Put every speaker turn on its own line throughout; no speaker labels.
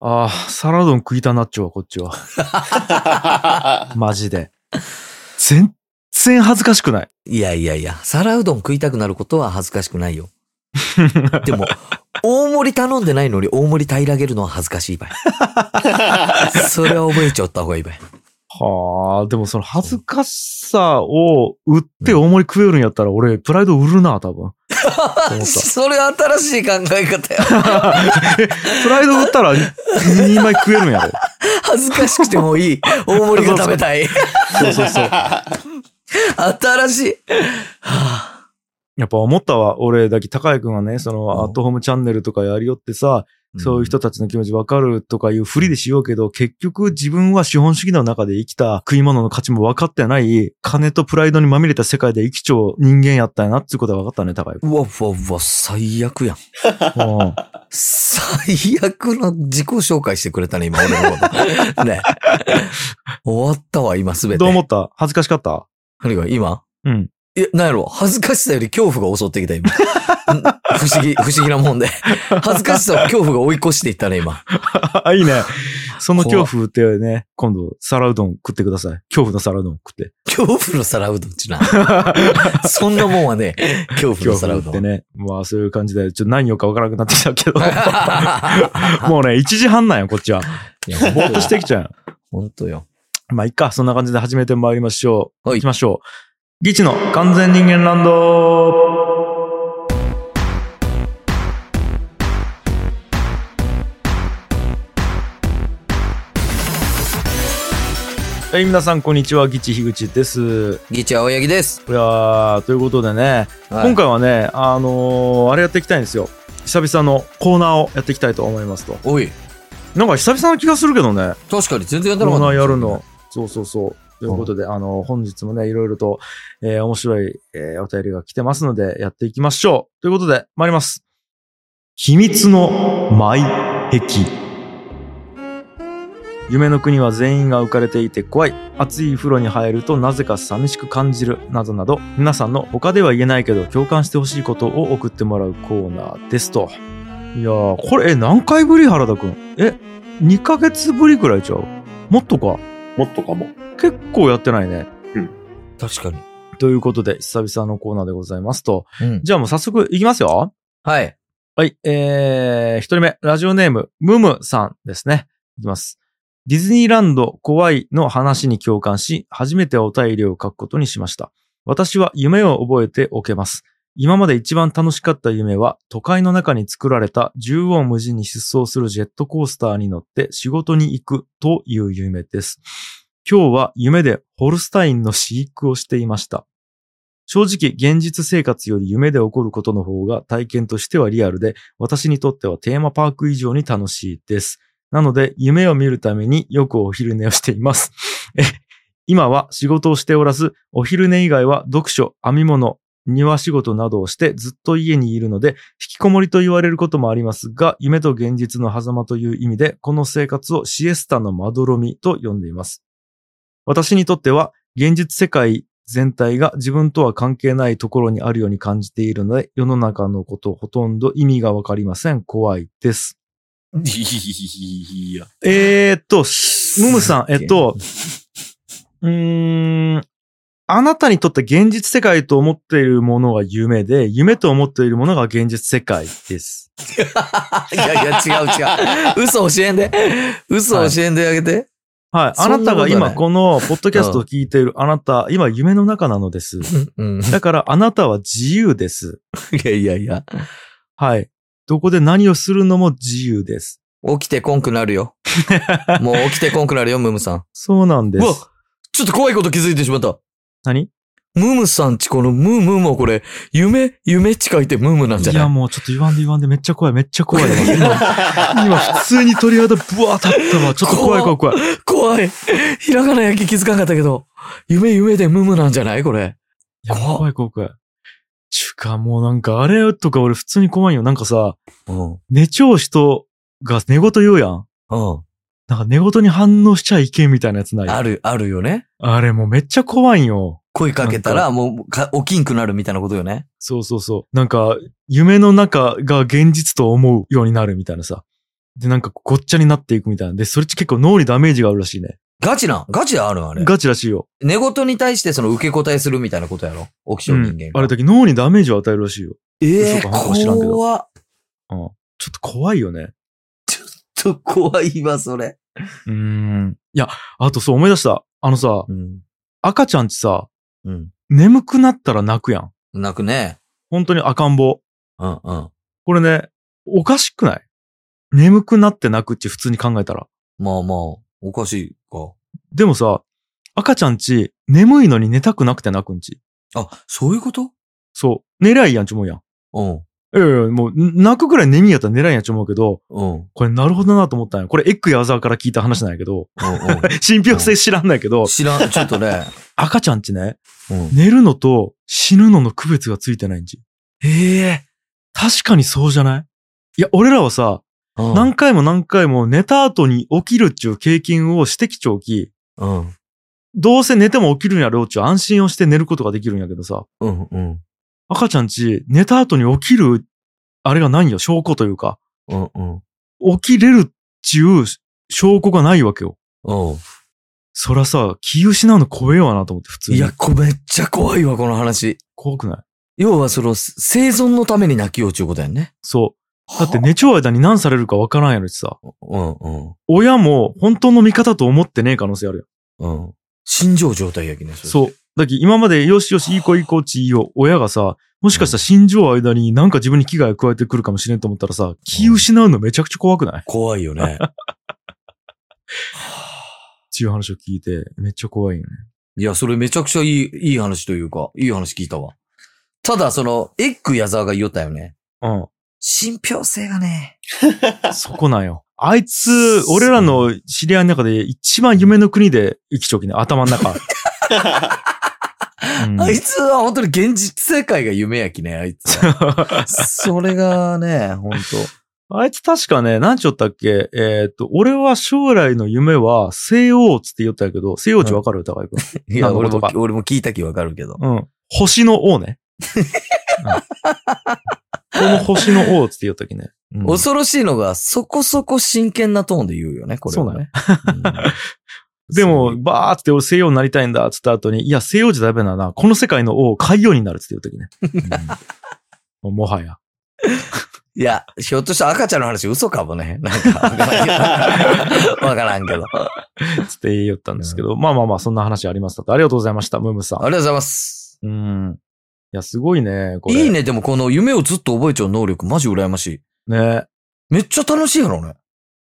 ああ、サラドン食いたなっちゅうわ、こっちは。 マジで。全然恥ずかしくない。
いやいやいや、皿うどん食いたくなることは恥ずかしくな いよ。でも、大盛り頼んでないのに大盛り平らげるのは恥ずかしい ばい。それは覚えちゃった方がいいばい。
はあ、でもその恥ずかしさを売って大盛り食えるんやったら、俺、プライド売るな、多 分。と思っ
それは新しい考え方よ。
た。え、プライド売ったら、2人前食えるんやろ。
恥ずかしくてもいい。大盛りが食べたい。
そうそうそう。
新しい。
やっぱ思ったわ、俺だけ、高井くんはね、その、
うん
アットホームチャンネルとかやりよってさ、そういう人たちの気持ちわかるとかいうふりでしようけど、結局自分は資本主義の中で生きた食い物の価値も分かってない、金とプライドにまみれた世界で生きちょう人間やったんやなっていうことが分かったね、高井 く
うわうわうわ、最悪やん。
ん。うん
最悪の自己紹介してくれたね、今、俺のこと。 ね。終わったわ、今、すべて。
どう思った恥ずかしかった
何が、今
うん。
いや、なんやろ、恥ずかしさより恐怖が襲ってきた、今。 ん不思議、不思議 なもんで。恥ずかしさを恐怖が追い越していったね、今。
あ、 いいね。その恐怖ってね、今度、皿うどん食ってください。恐怖の皿うどん食って。
恐怖の皿うどん ちな。そんなもんはね、恐怖の
恐
皿
怖
う
っ
ど
て
ん。
ね。まあ、そういう感じで、ちょっと何をか分からなくなってきたけど。 もうね、1時半なんよ、こっちは。
いや
ぼーっとしてきちゃうよ。
本当よ。
まあ、いっか。そんな感じで始めてまいりましょう。
はい
行きましょう。ギチの完全人間ランド。はい、皆さん、こんにちは。ギチ樋口です。
ギチ青柳です。
いやー、ということでね、
はい
今回はね、あのーあれやっていきたいんですよ。久々のコーナーをやっていきたいと思いますと。
おい、
なんか久々な気がするけどね。
確かに全然やっ
コ
たなか
ー
った
ナーやるの。。そうそうそう。ということで、あのー本日もね、いろいろと、えー面白い、えーお便りが来てますので、やっていきましょう。ということで、参ります。秘密の埋壁。夢の国は全員が浮かれていて怖い。熱い風呂に入るとなぜか寂しく感じる。などなど、皆さんの他では言えないけど、共感してほしいことを送ってもらうコーナーですと。いやー、これ、え、何回ぶり原田くん。え、2ヶ月ぶりくらいちゃうもっとか。
もっとかも。
結構やってないね。
確かに。
ということで、久々のコーナーでございますと。
うん。
じゃあもう早速いきますよ。
はい。
はい、えー、一人目、ラジオネーム、ムムさんですね。いきます。ディズニーランド怖いの話に共感し、初めてお便りを書くことにしました。私は夢を覚えておけます。今まで一番楽しかった夢は、都会の中に作られた縦横無尽に疾走するジェットコースターに乗って仕事に行くという夢です。今日は夢でホルスタインの飼育をしていました。正直、現実生活より夢で起こることの方が体験としてはリアルで、私にとってはテーマパーク以上に楽しいです。なので、夢を見るためによくお昼寝をしています。え今は仕事をしておらず、お昼寝以外は読書、編み物、庭仕事などをしてずっと家にいるので、引きこもりと言われることもありますが、夢と現実の狭間という意味で、この生活をシエスタのまどろみと呼んでいます。私にとっては、現実世界全体が自分とは関係ないところにあるように感じているので、世の中のことほとんど意味がわかりません。怖いです。
いや。
えー、っと、しムムさん、えっと、うーん、あなたにとって現実世界と思っているものが夢で、夢と思っているものが現実世界です。
いやいや、違う違う。嘘教えんで。嘘教えんであげて。
はい。あ
そんな
なたが今
こ
このポッドキャストを聞いているあなた、今夢の中なの です。
うん。
だからあなたは自由です。
いやいやいや。
はい。どこで何をするのも自由です。
起きてこんくなる よ。もう起きてこんくなるよ、ムムさん。
そうなんで
うわ
す。
ちょっと怖いこと気づいてしまった。
何
ムムさんちこのムムもこれ、夢、夢ち書いてムムなんじゃ
い
ない
や、もうちょっと言わんで言わんでめっちゃ怖い、 めっちゃ怖い。今、今普通に鳥肌ブワー立ったわ。ちょっと怖い怖い怖い。
怖い。ひらがな焼き気づかんかったけど、夢夢でムムなんじゃないこれ。
いや、
怖っ
怖い怖い怖い。ちゅうか、もうなんかあれとか俺普通に怖いよ。なんかさ、
うん。うん。
寝ちゃう人が寝言言うやん。なんか寝言に反応しちゃいけんみたいなやつない。
あ
あ
る、あるよね。
れもうめっちゃ怖いんよ。
声かけたらもうか起きんくなるみたいなことよね。
そうそうそう。なんか、夢の中が現実と思うようになるみたいなさ。で、なんかごっちゃになっていくみたいな。で、それって結構脳にダメージがあるらしいね。
ガチなんガチであるんあれ。
ガチらしいよ。
寝言に対してその受け答えするみたいなことやろ起き性
う
人
ん
間が。
あれだけ脳にダメージを与えるらしいよ。
ええ
嘘か本当か知らんけど
怖っ
うん。ちょっと怖いよね。
ちょっと怖いわ、それ。
うーん。いや、あとそう思い出した。あのさ、
うん。
赤ちゃんちさ、
うん。
眠くなったら泣くやん。
泣くね。
本当に赤ん坊。
うんうん。
これね、おかしくない眠くなって泣くって普通に考えたら。
まあまあ、おかしいか。
でもさ、赤ちゃんち、眠いのに寝たくなくて泣くんち。
あ、そういうこと
そう。寝りゃいいやんち思うやん。
うん。
いやいや、もう、ん泣くぐらい眠いやったら寝らんやんち思うけど、
うん。うん
これなるほどなと思ったんや。これエッグやアザーから聞いた話なんやけ ど、信憑性知らんないけ
う
ど
ん。、知らん、ちょっとね。
赤ちゃんちね、
うん。
寝るのと死ぬのの区別がついてないんち。
ええ。
確かにそうじゃないいや、俺らはさ、
うん
何回も何回も寝た後に起きるっちゅう経験をしてきちょうき、
うん。
どうせ寝ても起きるんやろうっちゅう安心をして寝ることができるんやけどさ、
うんうん。
赤ちゃんち、寝た後に起きる、あれがないよ、証拠というか、
うんうん。
起きれるっちゅう証拠がないわけよ。
うん。
そらさ、気失うの怖えわなと思って、普通に。
いや、、こめっちゃ怖いわ、この話。
怖くない
要は、その、生存のために泣きようちゅうことやんね。
そう。だって寝ちゃう間に何されるかわからんやろしさ。
うんうん。
親も本当の味方と思ってねえ可能性あるよ。
うん。心情状態やきね、それ
そう。だけど今までよしよし、いい子いい子ちいいよ、親がさ、もしかしたら死んじゃう間になんか自分に危害を加えてくるかもしれんと思ったらさ、気失うのめちゃくちゃ怖くないっ
怖いよ ね。
ていう話を聞いて、めっちゃ怖いよね。
いや、それめちゃくちゃいい、いい話というか、いい話聞いたわ。ただ、その、エッグ矢沢が言おったよね。
うん。
信憑性がね。
そこなんよ。あいつ、俺らの知り合いの中で一番夢の国で生きちょきね、頭の 中。うん
あいつは本当に現実世界が夢やきね、あいつ は。それがね、本
あいつ確かね、なんちょったっけえーっと、俺は将来の夢は西欧つって言ったんやけど、西欧地わかる高井くん。
当。いや、
なんのこ
俺
と
も
か、
俺も聞いた気わかるけど。
うん。星の王ね。 うん、この星の王つって言ったっけね。うん
恐ろしいのが、そこそこ真剣なトーンで言うよね、これはね。 うん
でも、、バーって俺西洋になりたいんだっつった後に、いや、西洋じゃダメだな。この世界の王、海洋になるっつって言ったっけね。うん もはや。
いや、ひょっとしたら赤ちゃんの話嘘かもね。なんか、わからんけど。あ
つって言いよったんですけど、まあまあまあ、そんな話ありましたと。ありがとうございました、ムームさ
りがとうございます。
ん。うん。いや、すごいね、これ。
いい。ね、でもこの夢をずっと覚えちゃう能力、マジ羨ましい。
ね。
めっちゃ楽しいやろね。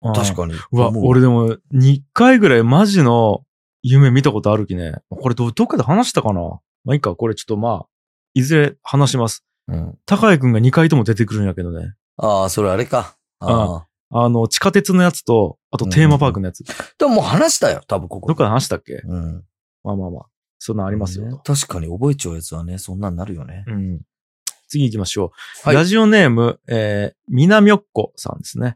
確かに。
うん。うわ、
思う
俺。でも、2回ぐらいマジの夢見たことあるきね。これど、どっかで話したかなまあいいか、これちょっとまあ、いずれ話します。
うん
高井くんが2回とも出てくるんやけどね。
ああ、それあれか。ああ。
あの、地下鉄のやつと、あとテーマパークのやつ。
でももう話したよ、多分ここ。
どっかで話したっけ
うん。
まあまあまあ。そんなんあ
あ
りますよ、と
確かに覚えちゃうやつはね、そんなんなるよね。
うん。次行きましょう。
はい
ラジオネーム、えー、みなみょっこさんですね。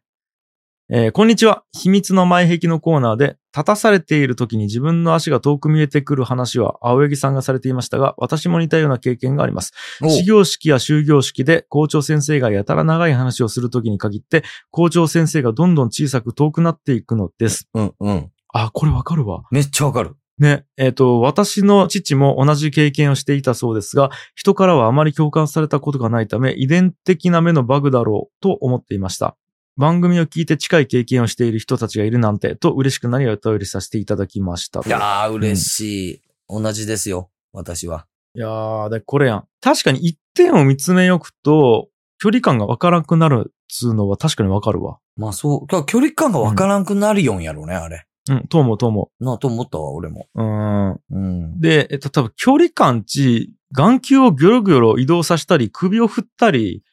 えーこんにちは。秘密の前壁のコーナーで、立たされている時に自分の足が遠く見えてくる話は、青柳さんがされていましたが、私も似たような経験があります。
お
始業式や終業式で校長先生がやたら長い話をする時に限って、校長先生がどんどん小さく遠くなっていくのです。
うんうん。
あ、これわかるわ。
めっちゃわかる。
ね、えっ、と、私の父も同じ経験をしていたそうですが、人からはあまり共感されたことがないため、遺伝的な目のバグだろうと思っていました。番組を聞いて近い経験をしている人たちがいるなんて、と嬉しくなりお便りさせていただきました。
いやあ、嬉しい。同じですよ、私は。
いやー、で、これやん。確かに一点を見つめよくと、距離感がわからなくなるっつうのは確かにわかるわ。
まあそう、だから距離感がわからんくなるよんやろね、あれ。
うん、と思うと思
なあと思ったわ、俺も。
う。うん。
うん。
で、えっと、多分距離感値、眼球をギョロギョロ移動させたり、首を振ったり、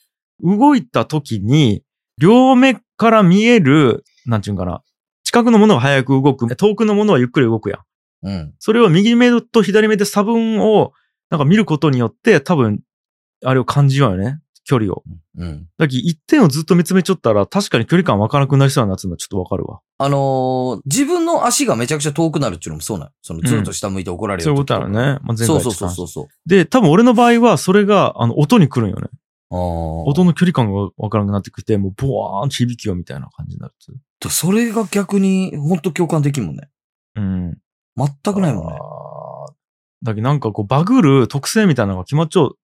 動いた時に、両目から見える、なんちゅうんかな、近くのものは早く動く、遠くのものはゆっくり動くやん。
うん。
それを右目と左目で差分を、なんか見ることによって、多分、あれを感じようよね。距離を。
うん。
だき一点をずっと見つめちょったら、確かに距離感わからなくなりそうやなっつうのはちょっとわかるわ。
あのー自分の足がめちゃくちゃ遠くなるっていうのもそうなの。その、ずっと下向いて怒られる、
そういうことやろね。まあ、前回
そ
言
う
って
そう
た
そう
話
そうそう。
で、多分俺の場合は、それが、あの、音に来るんよね。音
音
の距離感がわからなくなってきて、もうボワーンと響きよみたいな感じになるっていう。
それが逆に、ほんと共感できんもんね。
うん。
全くないもんね。
あーだけどなんかこうバグる特性みたいなのが決まっちゃう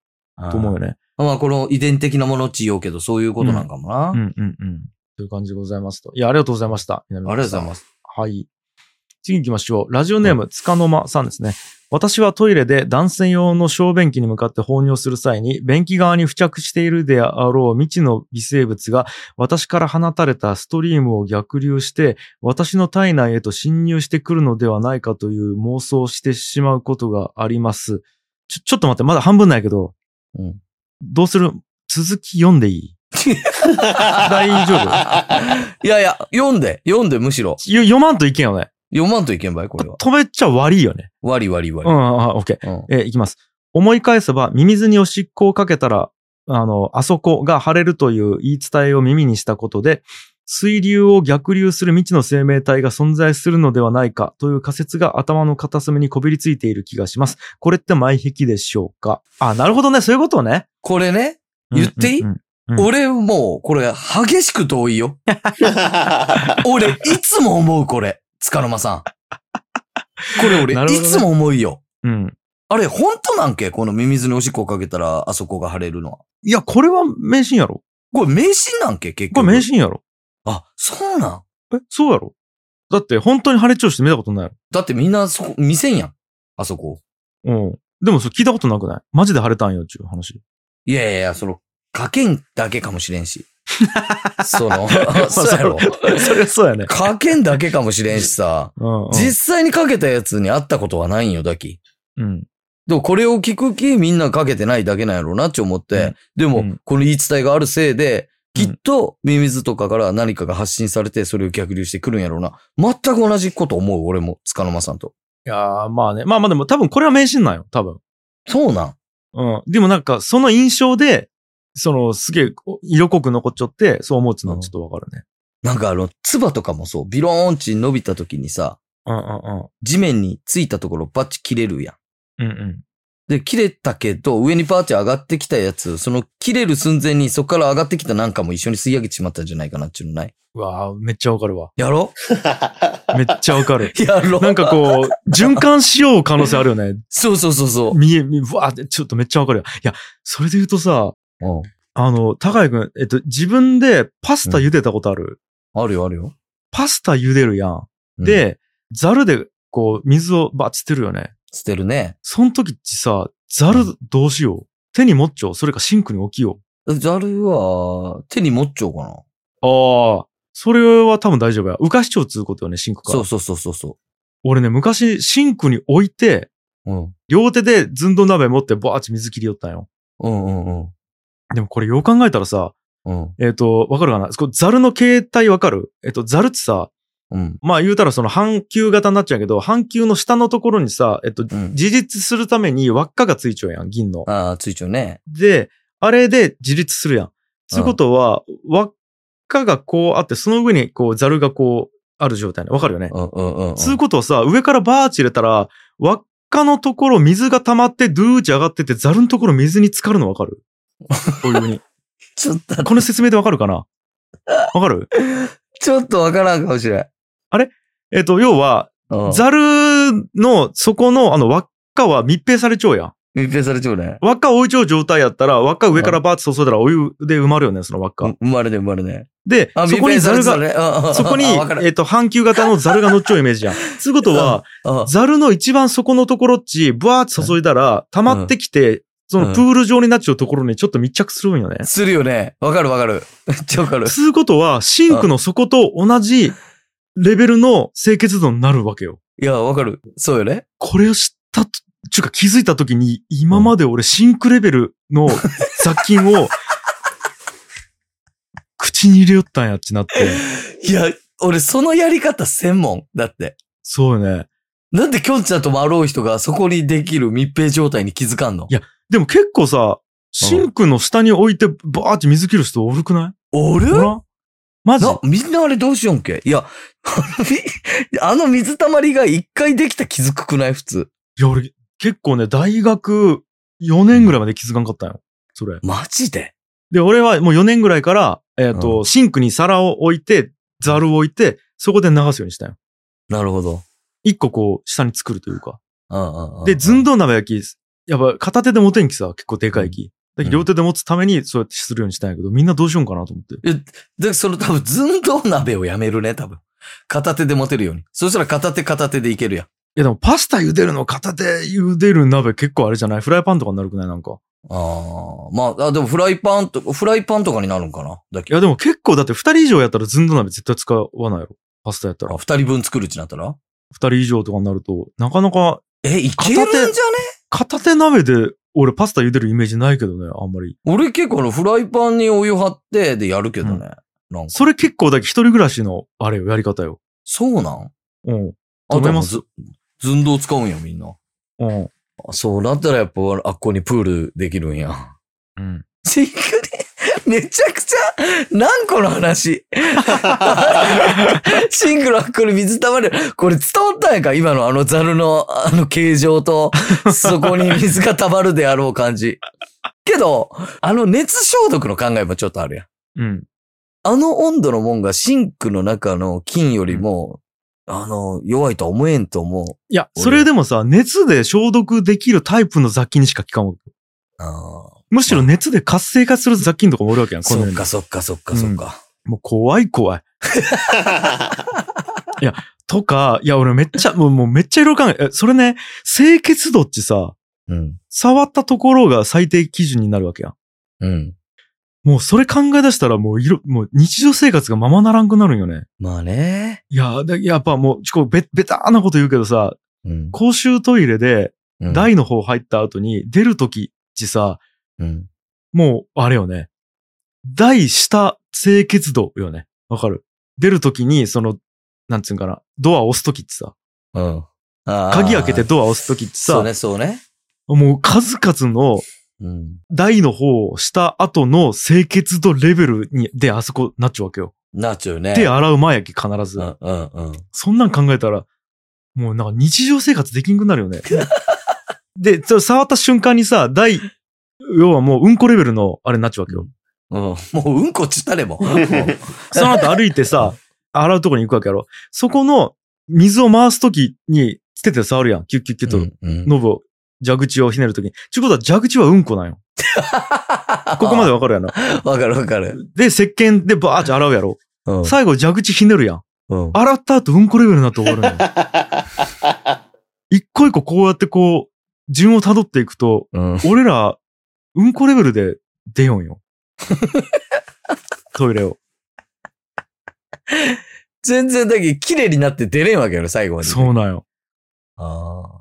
と思うよね。
うんまあ、この遺伝的なものっち言おうけど、そういうことなんかもな。
うんうんうん。という感じでございますと。いや、ありがとうございました。あり。
ありがとうございます
はい。次行きましょう。ラジオネーム、つかの間さんですね。私はトイレで男性用の小便器に向かって放尿する際に、便器側に付着しているであろう未知の微生物が、私から放たれたストリームを逆流して、私の体内へと侵入してくるのではないかという妄想をしてしまうことがあります。ちょ、ちょっと待って、まだ半分ないけど、
うん
どうする続き読んでいい大丈夫
いやいや、読んで、読んで、むしろ。
よ読まんといけんよね。
読まんといけんばい、これは。
止めちゃ悪いよね。
割り割り
うん、
割
あ、オッケー。
り。うん。
えーいきます。思い返せば、ミミズにおしっこをかけたら、あの、あそこが腫れるという言い伝えを耳にしたことで、水流を逆流する未知の生命体が存在するのではないかという仮説が頭の片隅にこびりついている気がします。これって前壁でしょうかあ、なるほどね。そういうことね。
これね、言っていい
うんうんうんうん
俺もう、これ、激しく同 意よ。俺、いつも思う、これ。つかの間さん。これ俺、
なるほ
い
どね
つも思うよ。
うん。
あれ、本当なんけこのミミズにおしっこかけたら、あそこが腫れるのは。
いや、これは迷信やろ。
これ、迷信なんけ結
こ
局。
れ迷信やろ。
あ、そうなん。
え、そうやろ。だって、本当に腫れ調子見たことないやろ
だってみんな、そこ、見せんやん。あそこ。
うん。でもそれ聞いたことなくないマジで晴れたんよっていう話。
いやいやいや、その、かけんだけかもしれん し。その、そうやろ。
それはそうや ね。
かけんだけかもしれんしさ。
うん、うん。
実際にかけたやつに会ったことはないんよ、だき。
うん。
でもこれを聞くき、みんなかけてないだけなんやろうなって思って。でも、
うん
この言い伝えがあるせいで、
う
き
ん
っと、ミミズとかから何かが発信されて、それを逆流してくるんやろうな。全く同じこと思う、俺も、つかの間さんと。
いやー、まあね。まあまあでも多分これは迷信なんよ。多分。
そうなん。
うん。でもなんかその印象で、そのすげえ色濃く残っちゃって、そう思うっていうのはちょっとわかるね。
なんかあの、唾とかもそう、ビローンチ伸びた時にさ、
うんうん
地面についたところバッチ切れるやん。
うん。うんうん。
で、切れたけど、上にパーチ上がってきたやつ、その切れる寸前にそこから上がってきたなんかも一緒に吸い上げてしまったんじゃないかなっていうのないう
わー、めっちゃわかるわ。
やろ。
めっちゃわかる
やろ
なんかこう、循環しよう可能性あるよね。
そうそうそうそう。
見え、見え、うわーってちょっとめっちゃわかるよ。いや、それで言うとさ、
うん
あの、高井くん、えっと、自分でパスタ茹でたことある、
あるよ、あるよ。
パスタ茹でるやん。
うん、
で、ザルでこう水をバッつってるよね。
捨てるね。
その時ってさ、ザルどうしよう。手に持っちゃおう。それかシンクに置きよ
ザルは、手に持っちゃおうかな。
う。ああ。それは多分大丈夫や。浮かしちゃうっつうことよね、シンクから。
そうそうそうそうそ
俺ね、昔シンクに置いて、
う。うん。
両手で寸胴鍋持ってバーッチ水切りよったんよ。
うんうんうん。
でもこれよう考えたらさ、
うん。
えっ、と、わかるかなこうザルの形態わかるえっ、と、ザルってさ、
うん。
まあ言うたらその半球型になっちゃうけど、半球の下のところにさ、えっ、と、
うん。
自立するために輪っかがついちゃうやん、銀の。
ああ、ついちゃうね。
で、あれで自立するやん。そういうことは、輪っかがこうあって、その上にこうザルがこうある状態ね。わかるよね。
うんうんうんうん。
そういうことはさ、上からバーッチ入れたら、輪っかのところ水が溜まってドゥーッチ上がってって、ザルのところ水に浸かるのわかるこういうふう に。
ちょっと、
この説明でわかるかなわか る
ちょっとわからんかもしれん。
えっ、と、要は、
うん。
ザルの底のあの輪っかは密閉されちゃうやん。
密閉されちゃうね。
輪っか置いちゃう状態やったら、輪っか上からバーッと注いだらお湯で埋まるよね、その輪っか。
う生まれね、生まれね。
で、そこにザルが、
が
そこ に、え
わかる。
っと、半球型のザルが乗 っちゃうイメージやん。つうことは、
あ
ザルの一番底のところっち、ブワーって注いだら、溜まってきて、そのプール状になっちゃうところにちょっと密着するんよね。
するよね。わかるわかる。 めっちゃわかる。
つうことは、シンクの底と同じレベルの清潔度になるわけよ。
いや、わかる。そうよね。
これを知ったと、ちゅうか気づいた時に、今まで俺シンクレベルの雑菌を、口に入れよったんやっちなって。
いや、俺、そのやり方専門。だって。
そうよね。
なんできょんちゃんともあろう人がそこにできる密閉状態に気づかんの
いやでも結構さ、シンクの下に置いてバーって水切る人おるくない
俺
ほらマジ
な、みんなあれどうしよんけいや、 あのみあの水たまりが一回できた気づくくない普通。
いや、俺結構ね、大学4年ぐらいまで気づかんかったんよ。それ。
マジで
で、俺はもう4年ぐらいから、えっ、と、
う
シンクに皿を置いて、ザルを置いて、そこで流すようにしたよ。
なるほど。
一個こう、下に作るというか。
うんうんうん。
で、ずんどう鍋焼き、やっぱ片手で持てんきさ、結構でかいき。だけど
うん
両手で持つためにそうやってするようにしたんやけど、みんなどうしようかなと思って。
で、その多分、寸胴鍋をやめるね、多分。片手で持てるように。そしたら片手片手でいけるやん。
いやでもパスタ茹でるの片手茹でる鍋結構あれじゃないフライパンとかになるくないなんか。
ああ、まあ、あ、でもフライパンと、フライパンとかになるんかなだ
い
け
やでも結構だって二人以上やったらずんどう鍋絶対使わないやろ。パスタやったら
あ。二人分作るってなったら
二人以上とかになると、なかなか
え、いけるんじゃね
片手鍋で俺パスタ茹でるイメージないけどね、あんまり。
俺結構あの、フライパンにお湯張って、でやるけどね。
うん
なんか、
それ結構だけ一人暮らしのあれよ、やり方よ。
そうなん
うん。
あと
思い
も
ま
う
す
ず、寸胴使うんや、みんな。
うん。
あそうなったらやっぱ、あっこにプールできるんや。
うん。
しっくり、めちゃくちゃ、何個の話。 シンクのあっこに水溜まる。これ伝わったんやか今のあのザルの、あの形状と、そこに水が溜まるであろう感じ。けど、あの熱消毒の考えもちょっとあるやん。
うん。
あの温度のもんがシンクの中の菌よりも、あの、弱いとは思えんと思う。
いや、
俺
それでもさ、熱で消毒できるタイプの雑菌にしか効かんわ。
ああ。
むしろ熱で活性化する雑菌とかもおるわけ やん、この
そ
世
っ
に
かそっかそっかそっか。
もう怖い怖い。とか、いや、俺めっちゃ、もうもうめっちゃいろいろ考え、えそれね、清潔度ってさ、
うん。
触ったところが最低基準になるわけやん。
うん。
もうそれ考え出したらもういろ、もう日常生活がままならんくなるんよね。
まあね。
いや、でやっぱもう、ちょ、べ、べたーなこと言うけどさ、
うん。
公衆トイレで
うん
台の方入った後に出るときってさ、
うん。
もう、あれよね。台下清潔度よね。わかる出るときに、その、なんつうんかな、ドア押すときってさ、
うん。
鍵
鍵
開けてドア押すときって
そう
さ、
ね、そうね。
もう数々の
うん。
台の方をした後の清潔度レベルに、で、あそこなっちゃうわけよ。
なっちゃうね。
手洗う前やき、必ず。
うんうんうん。
そんなん考えたら、もうなんか日常生活できんくなるよ ね。で、それ触った瞬間にさ、台、要はもううんこレベルのあれになっちゃうわけよ。
うん。もううんこっちったれも。
その後歩いてさ、洗うとこに行くわけやろ。そこの水を回すときに、手で触るやん。キュッキュッキュッと、
うん
ノブを、蛇口をひねるときに。ちゅうことは蛇口はうんこなんよ。ここまでわかるやな。
わかるわかる。
で、石鹸でバーって洗うやろ。
うん
最後蛇口ひねるやん。
うん
洗った後うんこレベルになって終わ るのよ。一個一個こうやってこう、順を辿っていくと、
うん。
俺ら、うんこレベルで出よん よ。トイレを。
全然だけど綺麗になって出れんわけよね、最後まで。
そうなんよ。
あー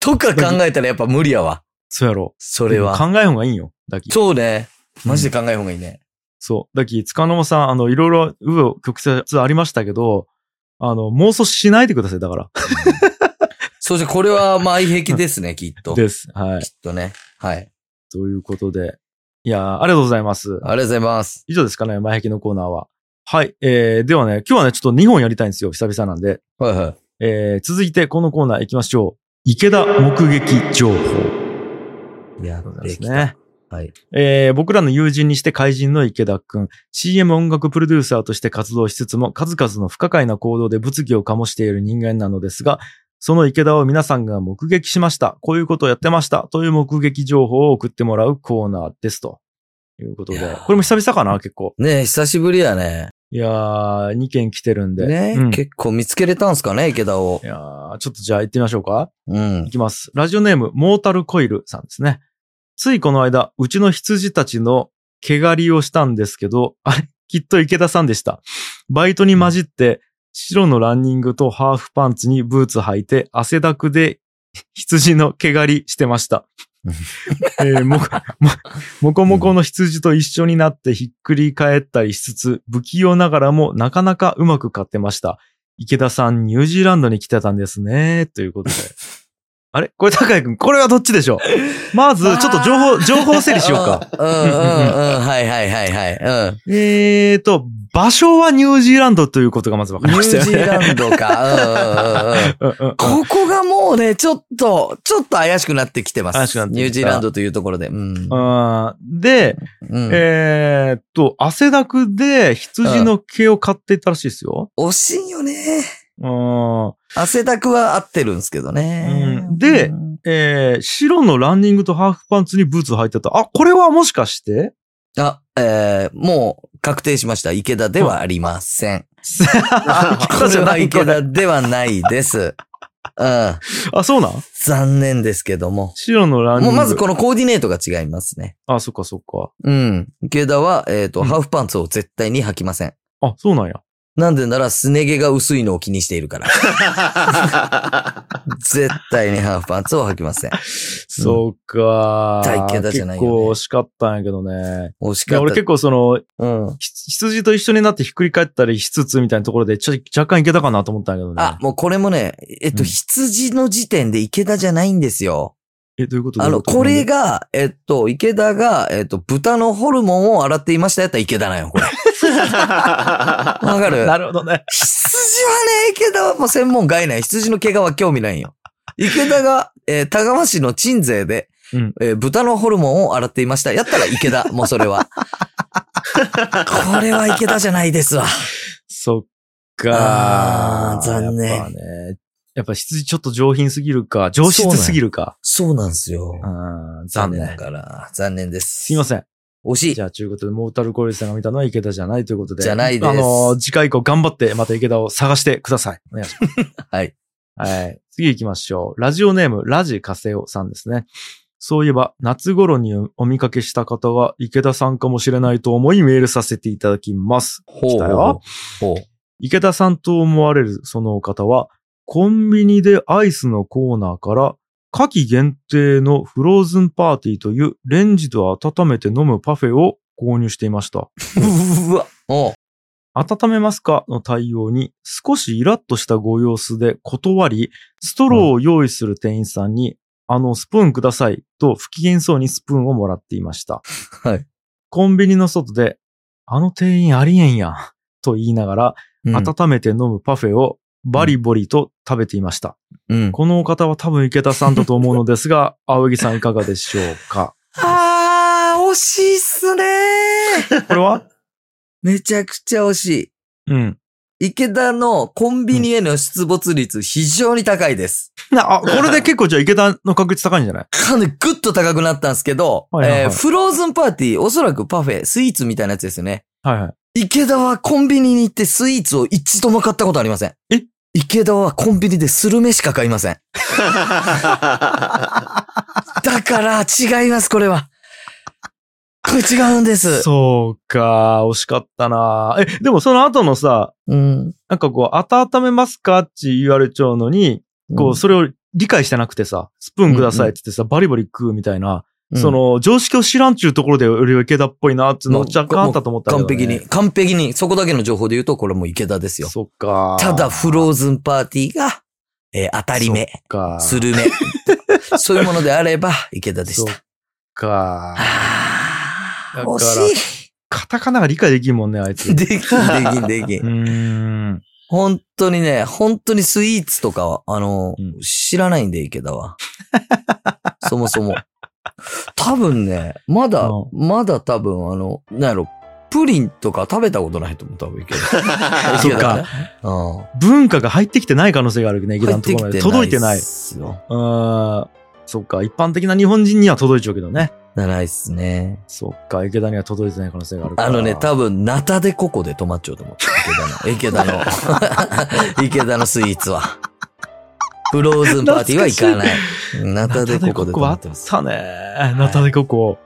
とか考えたらやっぱ無理やわ。
そうやろ。
それは。
考えん方がいいんよ。だき。
そうね。マジで考えん方がいいね。
そう。だき、つかの間さん、あの、いろいろ、うお曲折ありましたけど、あの、妄想しないでください、だか
そうじゃ、これは前壁ですね、きっと。
ら。
きっ
です。はい。
とね。はい。
ということで。いやーありがとうございます。
ありがとうございます。
以上ですかね、前壁のコーナーは。はい。えー、ではね、今日はね、ちょっと2本やりたいんですよ、久々なんで。
はいはい。
えー、続いてこのコーナー行きましょう。池田目撃情報。
や
そう
って
で
き
す
た。
ね。
はい。
えー僕らの友人にして怪人の池田くん、CM 音楽プロデューサーとして活動しつつも、数々の不可解な行動で物議を醸している人間なのですが、その池田を皆さんが目撃しました。こういうことをやってました。という目撃情報を送ってもらうコーナーです。ということ
い
で
やー。
これも久々かな、結構。
ねえ、久しぶりやね。
いやー、2件来てるんで。
ね、
うんい
結構見つけれたんすかね、池田を。
やーちょっとじゃあ行ってみましょうか。
うん
い。きます。ラジオネーム、モータルコイルさんですね。ついこの間、うちの羊たちの毛刈りをしたんですけど、あれ、 きっと池田さんでした。バイトに混じって、白のランニングとハーフパンツにブーツ履いて、汗だくで羊の毛刈りしてま した。えーも、も、もこもこの羊と一緒になってひっくり返ったりしつつ、不器用ながらもなかなかうまく買ってました。池田さん、ニュージーランドに来てたんですね。ということで。あれこれ高井くん、これはどっちでしょうまず、ちょっと情報、情報整理しようか。
うんうんうん うん。はいはいはいはい。 うん。
えーと、場所はニュージーランドということがまず分か
ニ
り
ュ
ました
ー
よ
ジ
ね。
ーランド か。うんうんうんうん。
うんうんうん
ここがもうね、ちょっと、ちょっと怪しくなってきてます。
怪しくなってきた
ニュージーランドというところで。うん。
あーで、
うん
えーっと、汗だくで羊の毛を買っていったらしいですよ。
惜しいよね。
うん
汗だくは合ってるんですけどね。
うんで
うん
えー白のランニングとハーフパンツにブーツ履いてた。あ、これはもしかして
あ、えー、もう確定しました。池田ではありません。こ
あ
れは池田ではないです。うん。
あ、そうなん
残念ですけども。
白のランニン
もう
グ。
まずこのコーディネートが違いますね。
あ、そっかそっか。
うん。池田は、えっ、と、
うん
ハーフパンツを絶対に履きません。
あ、そうなんや。
なんでなら、すね毛が薄いのを気にしてい るから。絶対にハーフパンツを履きません。
そうか。
絶対池田じゃないよね
結構惜しかったんやけどね。
惜し
いや
かっ
俺
た
結。構その、
うん。
ひ羊と一緒になってひっくり返ったりしつつみたいなところで、ちょ、若干いけたかなと思ったんやけどね。
あ、もうこれもね、えっ
う
と、
ん
羊の時点で池田じゃないんですよ。
え、どういうこと
あの、これ
が。
が、えっと、池田が、えっと、豚のホルモンを洗っていましたやったら池田なんよ、こ れ。わかる
なるほどね。
羊はね、池田はもう専門外ない。羊の毛皮は興味ないんよ。池田が、えー田川市の鎮西で、
うん
えー豚のホルモンを洗っていました。やったら池田、もうそれは。これは池田じゃないですわ。
そっか
あー残念
やっぱね。やっぱ羊ちょっと上品すぎるか、上質すぎるか。
そうなんですよ。
あー残
だ
念。
から、残念です。
すいません。
ん。惜しい
じ。ゃあ、ということで、モータルコレさんが見たのは池田じゃないということで。
じゃないです
あのー次回以降頑張って、また池田を探してください。お願いします。
はい。
はい。次行きましょう。ラジオネーム、ラジカセオさんですね。そういえば、夏頃にお見かけした方は池田さんかもしれないと思いメールさせていただきます。
ほ
来たよ
ほう。
池田さんと思われるそのお方は、コンビニでアイスのコーナーから、夏季限定のフローズンパーティーというレンジで温めて飲むパフェを購入していました。
うわ。おう
温めますかの対応に少しイラッとしたご様子で断り、ストローを用意する店員さんに、あの、スプーンくださいと不機嫌そうにスプーンをもらっていました。
はい。
コンビニの外で、あの店員ありえんやん、と言いながら、
うん
温めて飲むパフェをバリボリと食べていました。
うん。
このお方は多分池田さんだと思うのです が、青柳さんいかがでしょうか
あー、惜しいっすねー。
これは
めちゃくちゃ惜しい。
うん。
池田のコンビニへの出没率非常に高いです。
なあ、これで結構じゃあ池田の確率高いんじゃない
かなりぐっと高くなったんですけど、
はいはいはい
えーフローズンパーティー、おそらくパフェ、スイーツみたいなやつですよね。
はいはい。
池田はコンビニに行ってスイーツを一度も買ったことありません。
え
池田はコンビニでスルメしか買い ません。だから違います、これは。これ違うんです。
そうか、惜しかったな。え、でもその後のさ、
うん。
なんかこう、温めますかって言われちゃうのに、こう、それを理解してなくてさ、スプーンくださいって言ってさ、バリバリ食うみたいな、
うん、
その、常識を知らんちゅうところで、俺は池田っぽいなっていうのは若干あったと思ったけど、ね。
完璧に、完璧に、そこだけの情報で言うと、これもう池田ですよ。
そっか。
ただ、フローズンパーティーが、えー当たり目、
そっか。
スルメ、 そういうものであれば、池田でし。
そったか。
あ
だ
ー
から
惜し
カタカナが理解できんもんね、あいつ。
い。
う
できん、できん、でき
ー
ん。
ん。
本当にね、本当にスイーツとかは、あの、
うん
知らないんで、池田は。そもそも。多分ね、まだ、
う
まだ多分、あの、なんやろ、プリンとか食べたことないと思う、多分、池田。
そっ
池田
か
ね。うん。
文化が入ってきてない可能性があるね、池田のところまで。届いてない。
っ
う
すよ。
ーん。そっか。一般的な日本人には届いちゃうけどね。
ないっすね。
そっか。池田には届いてない可能性があるから。
あのね、多分、ナタでココで止まっちゃうと思う。池 田の、池田の、池田のスイーツは。フローズンパーティーは行かない。ナタで
ナタデ
コ
コ
コで止
コは
ま
あ
っ
って
ます。
たね。ナタデココ。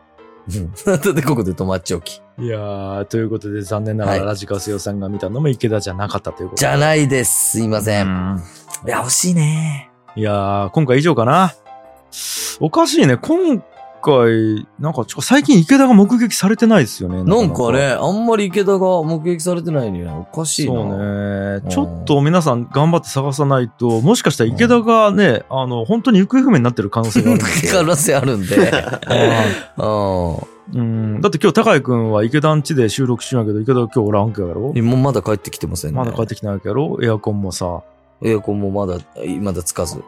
うんナタでココで止まっちゃうき。
いやー、ということで残念なが
は
ら
い
ラジカセヨさんが見たのも池田じゃなかったということ
じゃ
い。
ないです。すいません。いや、惜しいね。
いやー、今回以上かな。おかしいね。今回、なんかちょ、最近池田が目撃されてないですよね。
なんかね、あんまり池田が目撃されてないのよ。おかしいな。
そうね。ね、ちょっと皆さん頑張って探さないと、もしかしたら池田がね、あの、本当に行方不明になってる可能性 があるんですよ
可能性あるん で。うん。
うん、だって今日、高井くんは池田ん家で収録しなけど、池田は今日おらんわけやろ
もうまだ帰ってきてませんね。
まだ帰ってきてないわけやろエアコンもさ、
エアコンもまだ、まだつかず。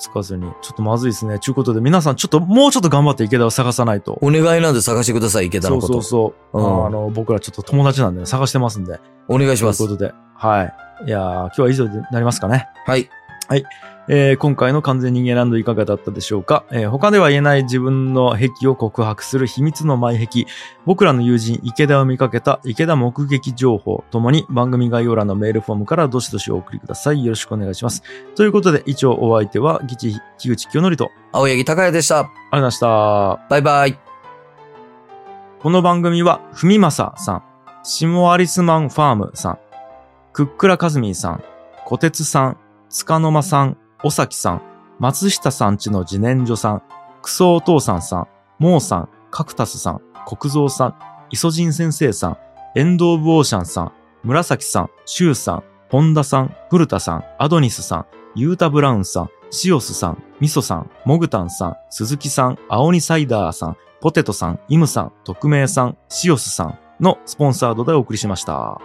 つかずに。ちょっとまずいですね。ちゅうことで、皆さん、ちょっと、もうちょっと頑張って池田を探さないと。
お願いなんで探してください、池田
そ
の
う
こ
そう
と。
そう。
うん
あの、僕らちょっと友達なんで、ね、探してますんで。
お願いします
という。ことで、はい。いやー今日は以上になりますかね。
はい。
えー今回の完全人間ランドいかがだったでしょうか、えー他では言えない自分の癖を告白する秘密の前癖、僕らの友人池田を見かけた池田目撃情報ともに番組概要欄のメールフォームからどしどしお送りください。よろしくお願いします。ということで、一応お相手は、ギチ、木口清則と、あり
青柳高也でした。
がとうございました。
バイバイ。
この番組は、ふみまささん、シモアリスマンファームさん、クックラカズミンさん、こてつさん、つかの間さん、おさきさん、松下さんちの自然薯さん、クソお父さんさん、モーさん、カクタスさん、国蔵さん、イソジン先生さん、エンド・オブ・オーシャンさん、紫さん、シュウさん、本田さん、古田さん、アドニスさん、ユータ・ブラウンさん、シオスさん、ミソさん、モグタンさん、鈴木さん、青鬼サイダーさん、ポテトさん、イムさん、匿名さん、シオスさんのスポンサードでお送りしました。